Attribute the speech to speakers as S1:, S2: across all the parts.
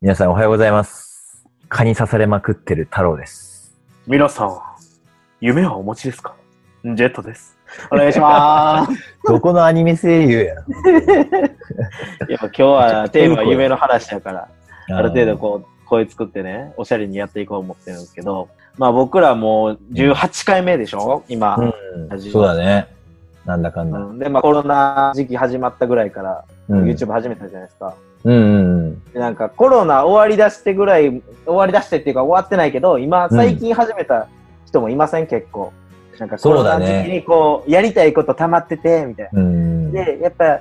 S1: 皆さんおはようございます。蚊に刺されまくってる太郎です。
S2: 皆さん、夢はお持ちですかジェットです。お願いし ます。
S1: どこのアニメ声優や
S2: いや、今日はテーマは夢の話だから、
S1: な
S2: ある程度こう、声作ってね、おしゃれにやっていこう思ってるんですけど、まあ僕らもう18回目でしょ今。
S1: うん、そうだね。なんだかんだ。
S2: うんで、まあコロナ時期始まったぐらいから、
S1: うん、
S2: YouTube 始めたじゃないですか。
S1: うんうんうん。
S2: でなんかコロナ終わりだしてぐらい、終わりだしてっていうか終わってないけど、今、最近始めた人もいません、結構。なんかコ
S1: そ
S2: ロ
S1: うだ
S2: ナ
S1: ね
S2: 時期にこう、やりたいこと溜まってて、みたいな。
S1: うん、
S2: で、やっぱ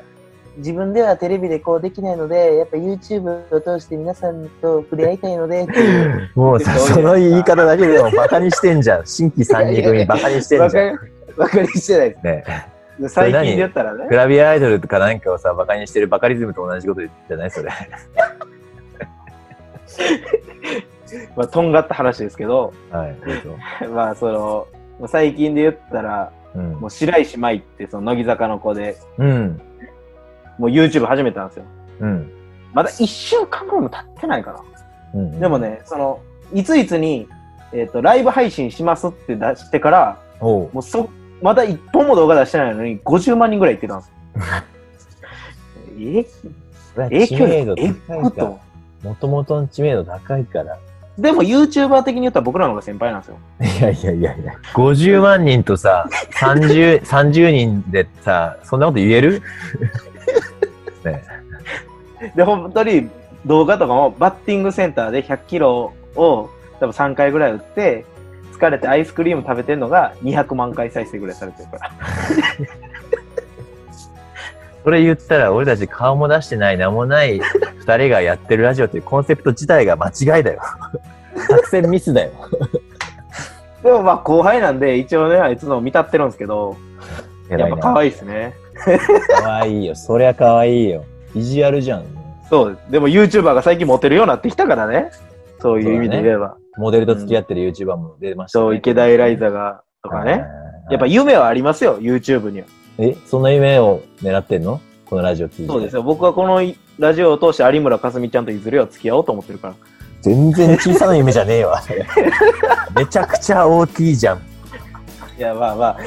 S2: 自分ではテレビでこうできないので、やっぱ YouTube を通して皆さんと触れ合いたいの で、
S1: もう さ、その言い方だけでもバカにしてんじゃん。新規参入組バカにしてん
S2: バ
S1: じゃん。
S2: カバカにしてないで
S1: ね、
S2: す。最近で言ったら
S1: グ
S2: ね、
S1: ラビアアイドルとかなんかをさ、バカにしてるバカリズムと同じこと言ってないそれ。
S2: まあ、とんがった話ですけど、
S1: はい、どうぞ。
S2: まあ、その、最近で言ったら、
S1: うん
S2: もう白石麻衣って、その乃木坂の子で、
S1: うん。
S2: もう YouTube 始めたんですよ。
S1: うん。
S2: まだ1週間ぐらいも経ってないか
S1: うん
S2: な。でも。ね、その、いついつに、えっ、と、ライブ配信しますって出してから、
S1: おう。
S2: もうそ、まだ一本も動画出してないのに、50万人ぐらい行ってたんですよ。え影響力、えっと。
S1: もともとの知名度高いから。
S2: でも YouTuber 的に言ったら僕らの方が先輩なんですよ。
S1: いやいやいやいや。50万人とさ、30、30人でさ、そんなこと言える
S2: で、本当に動画とかもバッティングセンターで100キロを多分3回ぐらい打って、疲れてアイスクリーム食べてるのが200万回再生ぐらいされてるから。
S1: それ言ったら、俺たち顔も出してない、名もない二人がやってるラジオというコンセプト自体が間違いだよ。作戦ミスだよ。
S2: でもまあ後輩なんで一応ね、いつのも見たってるんですけど、やっぱ可愛いですね。
S1: 可愛いよ。そりゃ可愛いよ。ビジュアルじゃん。
S2: そう。でも YouTuber が最近モテるようになってきたからね。そういう意味で言えば。
S1: モデルと付き合ってる YouTuber も出ました、
S2: そう、池田エライザがとかね。やっぱ
S1: はい
S2: 夢はありますよ、YouTube には。
S1: え、そんな夢を狙ってんのこのラジオ聞いて。
S2: そうですよ。僕はこのラジオを通して有村架純ちゃんといずれは付き合おうと思ってるから。
S1: 全然小さな夢じゃねえわ。めちゃくちゃ大きいじゃん。
S2: いや、まあまあ、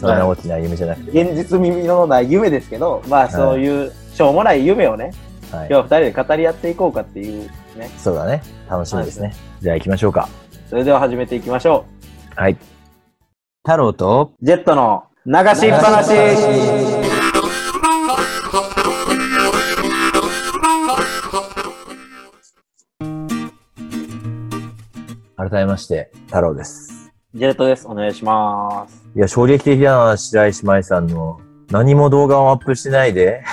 S1: そんな大きな夢じゃなくて。
S2: 現実耳のない夢ですけど、まあそういうしょうもない夢をね、
S1: はい
S2: 今日二人で語り合っていこうかっていうね。
S1: そうだね。楽しみですね。じゃあ行きましょうか。
S2: それでは始めていきましょ
S1: はい。太郎と、
S2: う。ジェットの流しっぱなし。
S1: 改めまして、太郎です。
S2: ジェットです。お願いします。
S1: いや、衝撃的だな、白石麻衣さんの。何も動画をアップしてないで、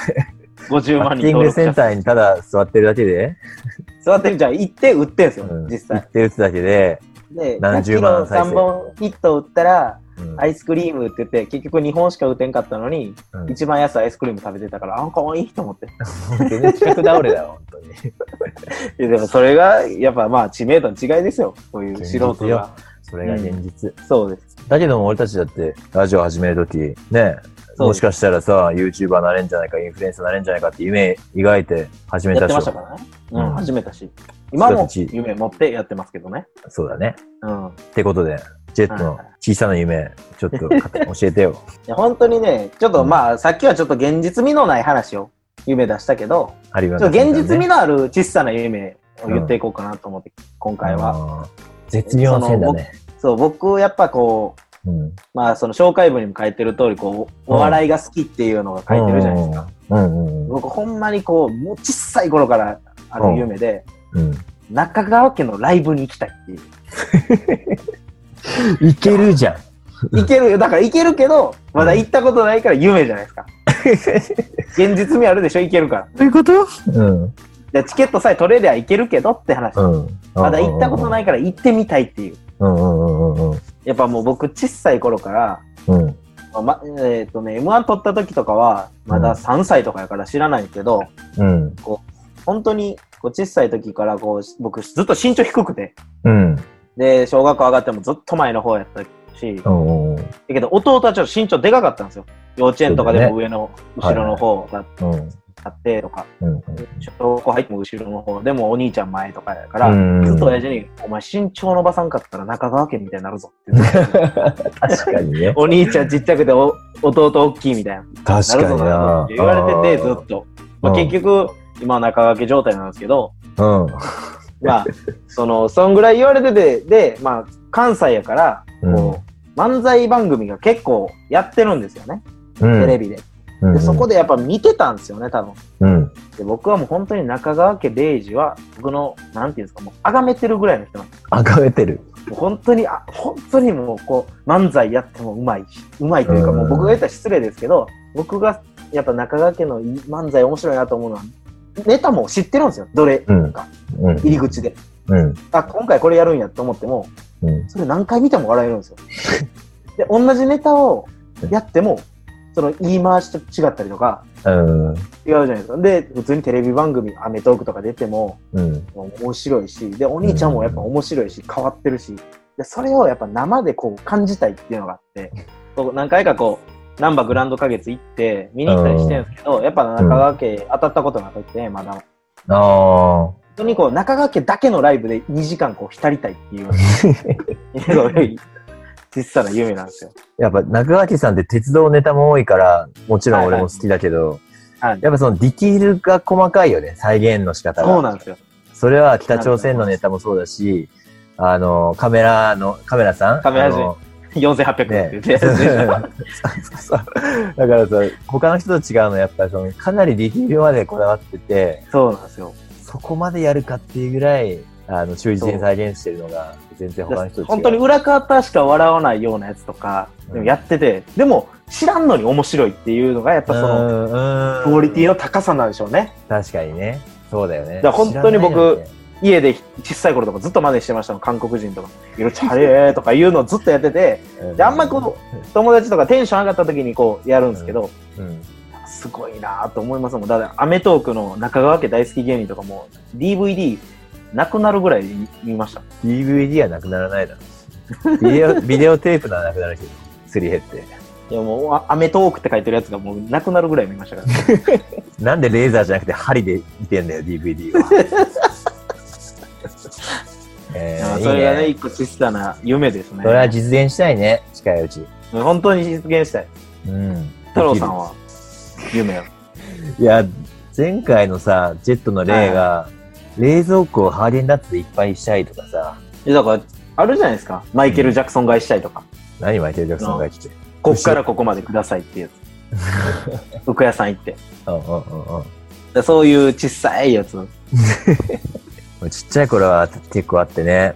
S2: 50
S1: バ
S2: 万
S1: ッテ
S2: 人
S1: ィン
S2: 登
S1: グ
S2: 録
S1: セ
S2: 者
S1: ンターにただ座ってるだけで、
S2: 座ってるじゃん。行って打ってんすよ、
S1: うん
S2: 実
S1: 打
S2: 際
S1: っ。て打つだけで、
S2: で、
S1: 何十万再生
S2: 100キロ3本ヒット打ったら、
S1: うん
S2: アイスクリームって言って、結局2本しか打てんかったのに、
S1: うん
S2: 一番安いアイスクリーム食べてたから、あ、かわいいと思って。
S1: 全然企画倒れだよ、本当に。
S2: いやでもそれが、やっぱまあ知名度の違いですよ。こういう素
S1: 現
S2: 人
S1: 実よ
S2: が。
S1: それが現実。
S2: そうです。
S1: だけども俺たちだって、ラジオ始めるとき、ね、
S2: そう
S1: もしかしたらさ、YouTuber なれんじゃないか、インフルエンサーなれんじゃないかって夢描いて始め
S2: や
S1: た
S2: って
S1: 人
S2: ましたからね。う
S1: うん
S2: ん、始めたし。今も
S1: 人たち
S2: 夢持ってやってますけどね。
S1: そうだね。
S2: うん。
S1: ってことで、ジェットの小さな夢、ちょっとか 教えてよ。
S2: いや本当にね、ちょっとまあ、さっきはちょっと現実味のない話を夢出したけど、
S1: あり
S2: ちょ
S1: ま
S2: っと現実味のある小さな夢を言っていこうかなと思って、今回は。
S1: は。絶妙な線だね。
S2: そう、僕、やっぱこう、
S1: うん。
S2: まあ、その紹介文にも書いてる通り、こう、お笑いが好きっていうのが書いてるじゃないですか。
S1: うんうんうん。
S2: 僕、ほんまにこう、もう小さい頃からある夢で、
S1: うん。
S2: 中川家のライブに行きたいっていう。
S1: いけるじゃん。
S2: 行けるよ。だから行けるけど、まだ行ったことないから夢じゃない ですか。現実味あるでしょ行けるから。
S1: どういうことうん。
S2: でチケットさえ取れりゃ行けるけどって話。
S1: うん。。
S2: まだ行ったことないいから行ってみたいっていう。
S1: うんうんうんうんうん。
S2: やっぱもう僕、小さい頃から、
S1: うん。
S2: まあまえっ、とね、M1 取った時とかは、まだ3歳とかやから知らないけど、
S1: うん。
S2: 本当にこう小さい時からこう僕ずっと身長低くて
S1: うん。
S2: で小学校上がってもずっと前の方やったしだ
S1: うん。
S2: けど弟はちょっと身長でかかったんですよ幼稚園とかでも上の
S1: はい
S2: 後ろの方だっ
S1: うん。
S2: あってとか、
S1: うん
S2: 小学校入っても後ろの方、でもお兄ちゃん前とかやから、
S1: うん
S2: ずっと親父に、お前身長伸ばさんかったら中川家みたいになるぞって言ってた
S1: 確かにね。
S2: お兄ちゃんちっちゃくてお弟大きいみたいな。
S1: 確
S2: なるぞなるぞって言われてて、
S1: うん
S2: ずっと。まあ、結局、今は中川家状態なんですけど、
S1: うん。
S2: まあ、その、そんぐらい言われてて、で、まあ、関西やから、こう、漫才番組が結構やってるんですよね、
S1: うん
S2: テレビで。
S1: うん
S2: で、そこでやっぱ見てたんですよね、多分。
S1: うん。
S2: で僕はもう本当に中川家礼二は、僕の、なんていうんですか、もう、あがめてるぐらいの人なんです。
S1: あがめてる。
S2: もう本当に、あ、本当にもう、こう、漫才やってもうまいし、うまいというか、
S1: うん
S2: もう僕が言ったら失礼ですけど、僕が、やっぱ中川家の漫才面白いなと思うのは、ネタも知ってるんですよ、どれ、
S1: うん。うん。
S2: 入り口で。
S1: うん。
S2: あ、今回これやるんやと思っても、
S1: うん。
S2: それ何回見ても笑えるんですよ。で、同じネタをやっても、その言い回しと違ったりとか、
S1: うん。
S2: 違うじゃないですか。で、普通にテレビ番組、アメトークとか出ても、
S1: うん。
S2: 面白いし、で、お兄ちゃんもやっぱ面白いし、変わってるし、で、それをやっぱ生でこう感じたいっていうのがあって、こう何回かこう、ナンバグランド花月行って、見に行ったりしてるんですけど、やっぱ中川家当たったことなくて、まだ。
S1: ああ。
S2: 本 当にこう、中川家だけのライブで2時間こう浸りたいっていう、のが実際の夢なんですよ。
S1: やっぱ中垣さんって鉄道ネタも多いから、もちろん俺も好きだけど、
S2: はいはい
S1: やっぱそのディティールが細かいよね、再現の仕方が。
S2: そうなんですよ。
S1: それは北朝鮮のネタもそうだし、あの、カメラの、カメラさん
S2: カメラ人
S1: あの
S2: 4800円
S1: ね
S2: って言ってやつでし ょ。
S1: そうそうそうだからさ、他の人と違うのはやっぱりその、かなりディティールまでこだわってて、
S2: そうなんですよ。
S1: そこまでやるかっていうぐらい、あの、忠実に再現してるのが、全然他の人と違う。
S2: 本当に裏方しか笑わないようなやつとか、でもやってて、でも知らんのに面白いっていうのが、やっぱその、
S1: の
S2: クオリティ
S1: の。
S2: の高さなんでしょうね。
S1: 確かにね。そうだよね。
S2: だから本当に僕
S1: 知らないよね
S2: 家で小さい頃とかずっと真似してましたもん、韓国人とか。いろいろチャレーとかいうのをずっとやってて、であんまこ友達とかテンション上がった時にこうやるんですけど、
S1: う、うん、
S2: すごいなぁと思いますもん。だって、アメトークの中川家大好き芸人とかも、DVD なくなるぐらい見ました。
S1: DVD はなくならないだろビデ オビデオテープならなくなるけどすり減って
S2: いやもう、あアメトークって書いてるやつがもうなくなるぐらい見ましたから。
S1: なんでレーザーじゃなくて針で見てんだよ DVD はえ
S2: あ
S1: ー、
S2: それが
S1: い
S2: ね、
S1: いね
S2: 一個小さな夢ですね。
S1: それは実現したいね近いうち
S2: 本当に実現したい。
S1: うん
S2: 太郎さんは、夢を。
S1: できるいや前回のさジェットの例が、冷蔵庫をハーゲンダッツでいっぱいしたいとかさ
S2: えだから、あるじゃないですか。マイケル・ジャクソン買いしたいとか。
S1: 何マイケル・ジャクソンが来て
S2: こっからここまでくださいっていうやつ。服屋さん行って。
S1: うんうんうんうん
S2: でそういう小さいやつ。はい
S1: 俺ちっちゃい頃は結構あってね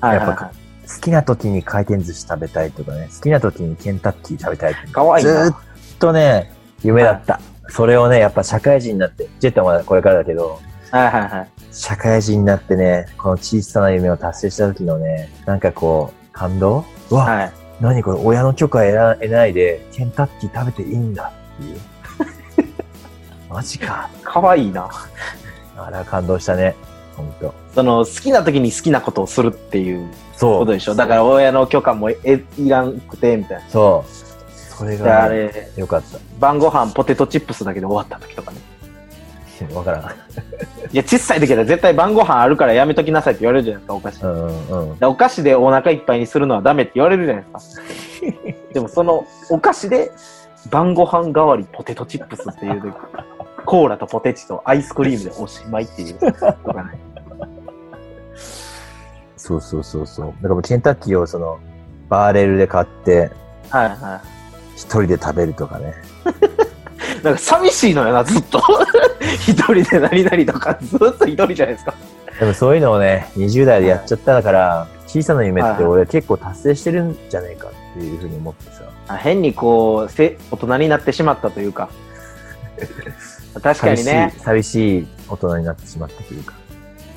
S2: はい
S1: やっ
S2: は
S1: ぱ好きな時に回転寿司食べたいとかね、好きな時にケンタッキー食べたい
S2: い。かわいい
S1: ずーっ
S2: な。
S1: とね、夢だった。それをね、やっぱ社会人になって、ジェットはまだこれからだけど、
S2: はいはいはい。
S1: 社会人になってね、この小さな夢を達成した時のね、なんかこう、感動うわ、
S2: はい。
S1: 何これ、親の許可得ら得ないで、ケンタッキー食べていいんだっていう。 マジか。
S2: かわいいな。
S1: あら、感動したね。ほんと。
S2: その、好きな時に好きなことをするっていう
S1: そう。
S2: ことでしょ。だから、親の許可もえいらんくて、みたいな。
S1: そう。それ
S2: で、あ
S1: が、ね、
S2: れ、
S1: よかった
S2: 晩ご飯ポテトチップスだけで終わった時とかね。。
S1: わからん。
S2: いや、小さい時は絶対晩ご飯あるからやめときなさいって言われるじゃないですか、お菓子。
S1: うんうんうん。
S2: でお菓子でお腹いっぱいにするのはダメって言われるじゃないですか。でもそのお菓子で晩ご飯代わりポテトチップスっていう時、コーラとポテチとアイスクリームでおしまいっていうとかね。
S1: そうそうそうそう。だからもうケンタッキーをその、バーレルで買って、
S2: はいは
S1: 一人で食べるとかね。
S2: い。なんか寂しいのよな、ずっと。 一人で何々とかずっと一人じゃないですか。
S1: でもそういうのをね、20代でやっちゃったから、小さな夢っ
S2: は
S1: て
S2: い
S1: 俺結構達成してるんじゃねえかっていうふうに思ってさ。
S2: あ変にこうせ、大人になってしまったというか。確か
S1: 寂
S2: に
S1: しい、
S2: ね、
S1: 寂しい大人になってしまったというか。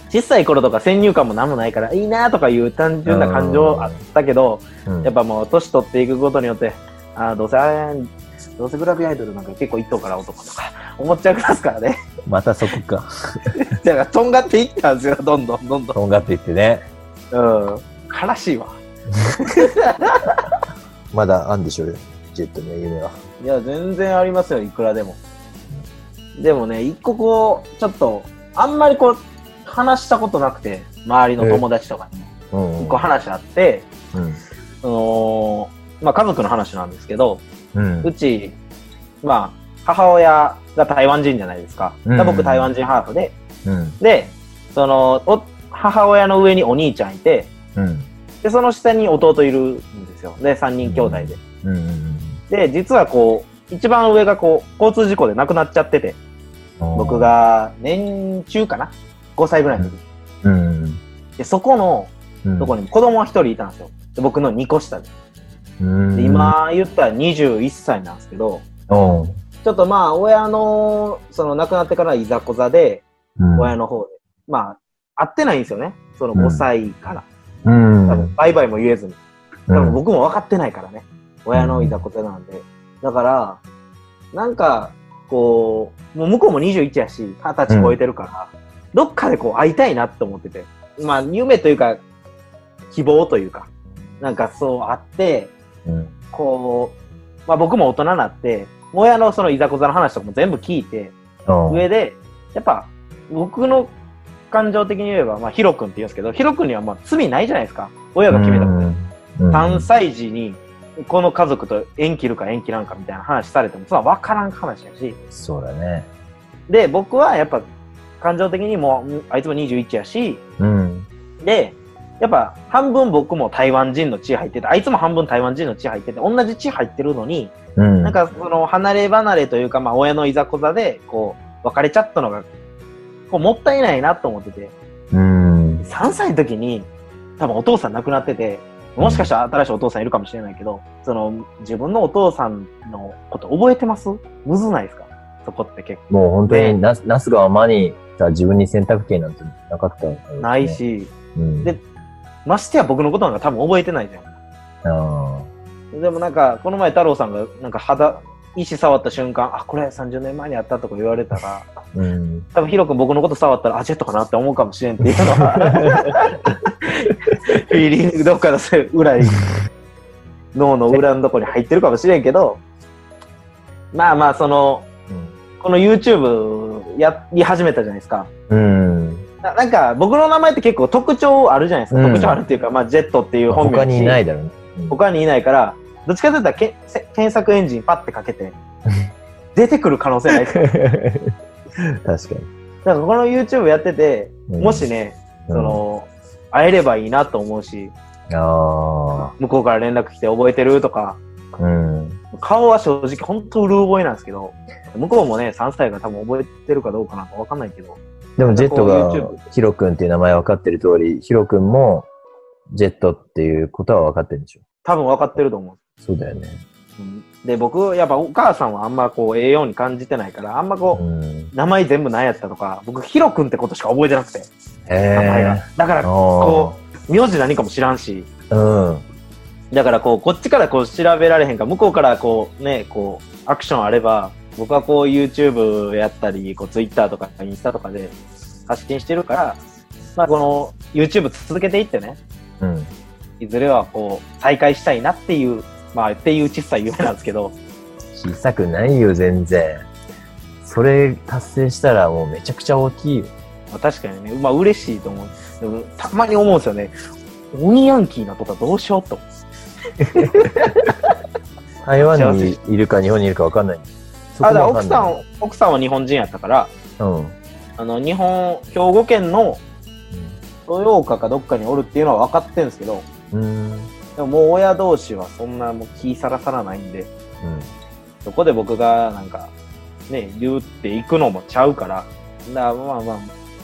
S2: 小さい頃とか先入観も何もないから、いいなとかいう単純な感情あったけど、
S1: うん
S2: やっぱもう年取っていくことによって、あーどうせあーどうせグラビアアイドルなんか結構一等から男とか思っちゃいますからね。
S1: またそこか。
S2: だからとんがっていったんですよ、どんどんどんど
S1: とんがっていってね。
S2: ん。うん。悲しいわ。
S1: まだあんでしょうよ。ジェットの夢は。
S2: いや、全然ありますよ、いくらでも。でもね、一個こう、ちょっと、あんまりこう、話したことなくて、周りの友達とかに、
S1: うん。
S2: 一個話あって、
S1: うん。
S2: その、まあ家族の話なんですけど、
S1: うん。
S2: うち、まあ、母親が台湾人じゃないですか。
S1: うん
S2: 僕台湾人ハーフで、
S1: うん。
S2: で、その、お母親の上にお兄ちゃんいて、
S1: うん。
S2: で、その下に弟いるんですよ。で、3人兄弟で。
S1: うん。うん。
S2: で、実はこう、一番上がこう、交通事故で亡くなっちゃってて、僕。が年中かな ?5 歳ぐらいの時。
S1: うん。
S2: で、そこの、
S1: うん。
S2: とこに子供は1人いたんですよ。で僕の2個下で。
S1: うん。
S2: で、今言ったら21歳なんですけど、
S1: うん。
S2: ちょっとまあ、親の、その亡くなってからいざこざで、
S1: うん。
S2: 親の方で、まあ、会ってないんですよね。その5歳から。
S1: うん。
S2: 多分、バイバイも言えずに。
S1: う
S2: 多分
S1: ん。
S2: 僕も分かってないからね。親のいざこざなんで。だから、なんか、こう、もう向こうも21やし、二十歳超えてるから、どっかでこう会いたいなって思ってて。まあ、夢というか、希望というか、なんかそうあって、
S1: うん。
S2: こう、まあ僕も大人になって、親のそのいざこざの話とかも全部聞いて、上で、やっぱ、僕の感情的に言えば、まあ、ヒロ君って言うんですけど、ヒロ君にはまあ罪ないじゃないですか。親が決めたこと。
S1: うん。
S2: 3歳児に、この家族と縁切るか縁切らんかみたいな話されても、それは分からん話やし。
S1: そうだね。
S2: で、僕はやっぱ、感情的にもう、あいつも21やし、
S1: うん。
S2: で、やっぱ、半分僕も台湾人の血入ってて、あいつも半分台湾人の血入ってて、同じ血入ってるのに、
S1: うん。
S2: なん、かその離れ離れというか、まあ、親のいざこざでこう別れちゃったのがこうもったいないなと思ってて
S1: うん。
S2: 3歳の時に多分お父さん亡くなっててもしかしたら新しいお父さんいるかもしれないけどその自分のお父さんのこと覚えてますむずないですかそこって結
S1: もう本当にな、なすがままにさ、自分に選択権なんてなかった、
S2: 構ない。し、
S1: うん。
S2: でましてや僕のことなんか多分覚えてないじゃん
S1: あ
S2: でもなんかこの前太郎さんがなんか肌石触った瞬間あこれ30年前にあったとか言われたら
S1: ーうん。
S2: 多分ヒロ君僕のこと触ったら、あ、ジェットかなって思うかもしれんっていうの は、フィーリングどっかの裏に、脳の裏のとこに入ってるかもしれんけど、まあまあ、その、この YouTube やり始めたじゃないですか。
S1: うん。
S2: ななんか、僕の名前って結構特徴あるじゃないですか。
S1: うん
S2: 特徴あるっていうか、まあ、ジェットっていう本名
S1: 他
S2: だし
S1: にいないだろうね。
S2: 他にいないから、どっちかというとけせ検索エンジンパッてか けて、出てくる可能性ないですか。
S1: 確か
S2: だから、この YouTube やってて、
S1: に。
S2: もし、ね、そ、の、会えればいいなと思うし、
S1: あ
S2: 向こうから連絡来て覚えてるとか、
S1: あ、うん。
S2: 顔は正直ほんとうる覚えなんですけど、向こうもね、3歳が多分覚えてるかどうかなんかわかんないけど、
S1: でもジェット
S2: こう
S1: がヒロ君っていう名前分かってる通り、ヒロ君もジェットっていうことは分かってるんでしょ。
S2: 多分わかってると思う。
S1: そうだよね。
S2: うんで、僕、やっぱお母さんはあんまこう、栄養に感じてないから、あんまこ
S1: う
S2: う、
S1: ん。
S2: 名前全部何やったとか、僕、ヒロ君ってことしか覚えてなくて、
S1: へ
S2: 名前が
S1: え。。
S2: だか
S1: あ
S2: ら、
S1: あ
S2: こう、名字何かも知らんし、
S1: うん。
S2: だからこう、こっちからこう調べられへんから、向こうからこうね、こう、アクションあれば、僕はこう YouTube やったり、こう Twitter とかインスタとかで発信してるから、まあこの YouTube 続けていってね、
S1: うん。
S2: いずれはこう、再開したいなっていう、まあっていう小さい夢なんですけど、
S1: 小さくないよ、全然。それ達成したらもうめちゃくちゃ大きいよ。
S2: まあ確かにね、まあ嬉しいと思う。でもたまに思うんですよね。鬼ヤンキーなとかどうしようと思う。
S1: 台湾にいるか日本にいるか分かんない。そ
S2: あ、
S1: こ
S2: だ
S1: も
S2: から
S1: 分か
S2: 奥さ
S1: ない
S2: ん、奥さんは日本人やったから、
S1: うん。
S2: あの、日本、兵庫県の豊岡かどっかにおるっていうのは分かってるんですけど、
S1: うん。うん。
S2: でももう親同士はそんなもう気さらさらないんで、そこで僕がなんか、ね、言っていくのもちゃうから、だからまあまあ、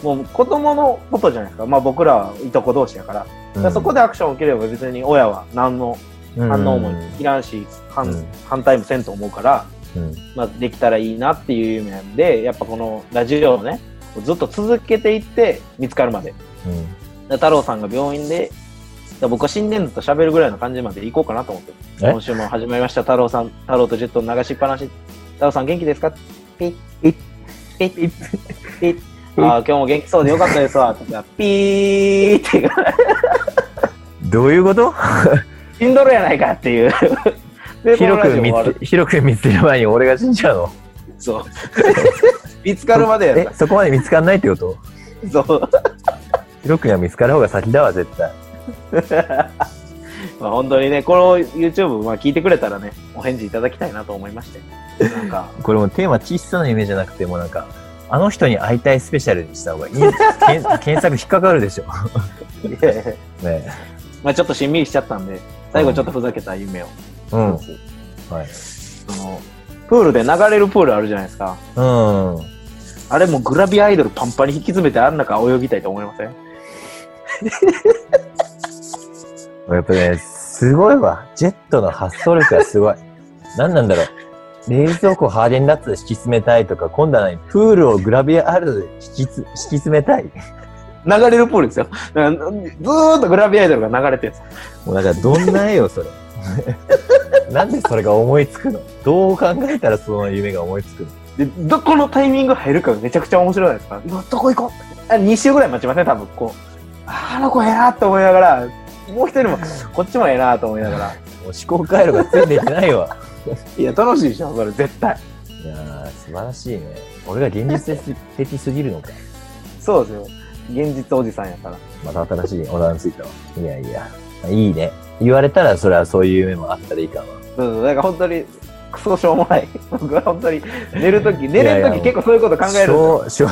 S2: もう子供のことじゃないですか。まあ僕らはいとこ同士やから、だからそこでアクションを受ければ別に親は何の
S1: 反
S2: 反応もいらんし、反
S1: うん
S2: 反対もせんと思うから、
S1: うん。
S2: まあできたらいいなっていう夢なんで、やっぱこのラジオをね、ずっと続けていって見つかるまで。
S1: うん
S2: で太郎さんが病院で、僕は心電図と喋るぐらいの感じまで行こうかなと思って。
S1: え
S2: 今週も始まりました、太郎さん、太郎とジェットの流しっぱなし。太郎さん元気ですかピッ、ピッ、ピッ、ピッ、ピッ。ああ、今日も元気そうでよかったですわ。とかピーって言うから、
S1: どういうこと
S2: 死んどるやないかって いう。で
S1: 広く見
S2: このラジオ終わる
S1: つけ、広く見つける前に俺が死んじゃうの
S2: そう。 見つかるま でや
S1: え
S2: っ、
S1: そこまで見つかんないってこと
S2: た。そう。
S1: ヒロ君が見つかる方が先だわ、絶対。
S2: まあ本当にね、この YouTube、まあ聞いてくれたらね、お返事いただきたいなと思いまして。なんか、
S1: これもうテーマ小さな夢じゃなくて、もうなんか、あの人に会いたいスペシャルにした方がいい。検 検索引っかかるでしょ。
S2: いやいや
S1: ね
S2: まあちょっとしんみりしちゃったんで、最後ちょっとふざけた夢を。
S1: え。うん。はい。
S2: その、プールで流れるプールあるじゃないですか。
S1: うん。
S2: あれもうグラビアアイドルパンパンに引き詰めてあん中泳ぎたいと思いません
S1: やっぱね、すごいわ。ジェットの発想力がすごい。 何なんだろう。冷蔵庫ハーデンダッツで敷き詰めたいとか、今度は何プールをグラビアアイドルで敷きつ敷き詰めたい。
S2: 流れるプールですよ。だからずーっとグラビアアイドルが流れてるんです
S1: もうだからどんな絵よ、それ。 なんでそれが思いつくのどう考えたらその夢が思いつくの
S2: で、どこのタイミング入るかめちゃくちゃ面白いじゃないですか。うわどこ行こうあ ?2 週ぐらい待ちません、多分こう。ああの子ええなと思いながら、もう一人も、こっちもええなと思いながら。
S1: もう思考回路がついていってないわ。
S2: いや、楽しいでしょ、それ絶対。
S1: いやー、素晴らしいね。俺が現実的的すぎるのか。
S2: そうですよ。現実おじさんやから。
S1: また新しいお談ついたわ。いやいや、いいね。言われたらそれはそういう夢もあったらいいかな。
S2: そうそう、だから本当に、クソしょうもない。 僕は本当に、寝るとき、寝れるとき結構そういうこと考えるんです
S1: し
S2: よ。
S1: ょうしょう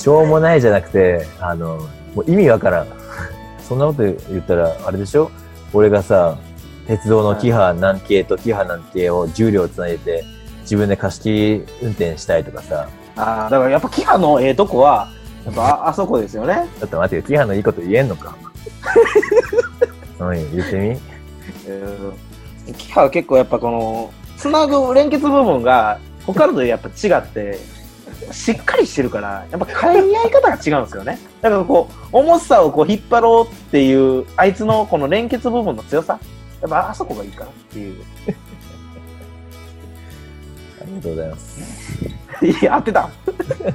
S1: しょうもないじゃなくてあのもう意味わからん そんなこと言ったらあれでしょ俺がさ鉄道のキハ南系とキハ南系を重量つないでて自分で貸し切り運転したいとかさ
S2: ああ、だからやっぱキハのええとこは、やっぱああそこですよね。
S1: ちょっと待ってよキハのいいこと言えんのかうん言ってみ
S2: うんキハは結構やっぱこの、つなぐ連結部分が、他のとやっぱ違って、しっかりしてるから、やっぱ絡み合い方が違うんですよね。だからこう、重さをこう引っ張ろうっていう、あいつのこの連結部分の強さ、やっぱあそこがいいかなっていう。
S1: ありがとうございます
S2: いや、合ってた
S1: 言っ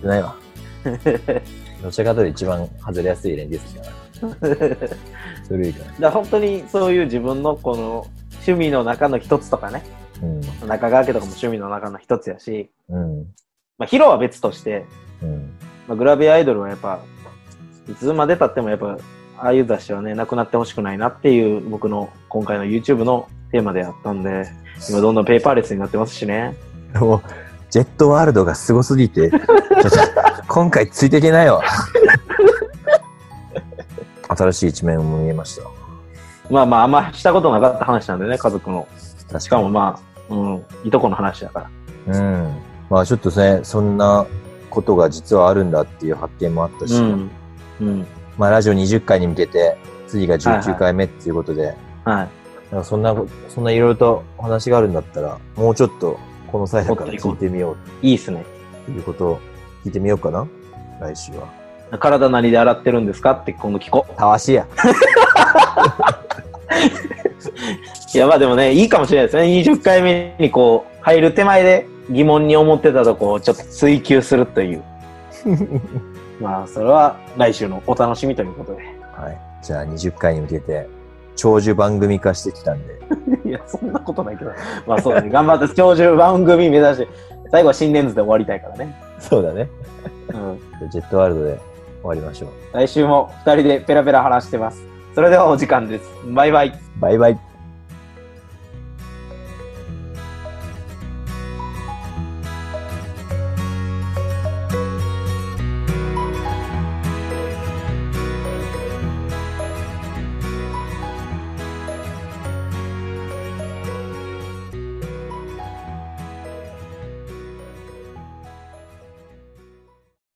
S1: てないわどちらかというと一番外れやすい連結機かなそれいいかな
S2: だから本当にそういう自分のこの趣味の中の一つとかね
S1: うん
S2: 中川家とかも趣味の中の一つやし、
S1: うん
S2: まあ、ヒロは別として、
S1: うん
S2: まあ、グラビアアイドルはやっぱいつまでたってもやっぱああいう雑誌はねなくなってほしくないなっていう僕の今回の YouTube のテーマであったんで今どんどんペーパーレスになってますしね
S1: もう、ジェットワールドがすごすぎて、ちょ っと今回ついていけないわ。 新しい一面も見えました。
S2: まあまああんましたことなかった話なんでね家族の
S1: 確かに
S2: しかもまあ、うん、いとこの話だから
S1: うん。まあちょっとね、そんなことが実はあるんだっていう発見もあったし、
S2: うんうん
S1: まあラジオ20回に向けて、次が
S2: はいは
S1: 19
S2: い
S1: 回目っていうことで、
S2: はい
S1: なんかそんな、そんないろいろとお話があるんだったら、もうちょっとこの際だから聞いてみよう
S2: いいっすね
S1: っていうことを聞いてみようかな、来週は。
S2: 体何で洗ってるんですかって今度聞こう
S1: たわしや。
S2: いやまあでもね、いいかもしれないですね。20回目にこう、入る手前で疑問に思ってたとこをちょっと追求すると いう。まあそれは来週のお楽しみということで。
S1: はい。じゃあ20回に向けて、長寿番組化してきたんで、
S2: いや、そんなことないけど。まあそうだね。頑張って長寿番組目指して、最後は新年度で終わりたいからね。
S1: そうだね。
S2: うん。
S1: ジェットワールドで終わりましょう。
S2: 来週も2人でペラペラ話してます。それではお時間です。バイバイ。
S1: バイバイ。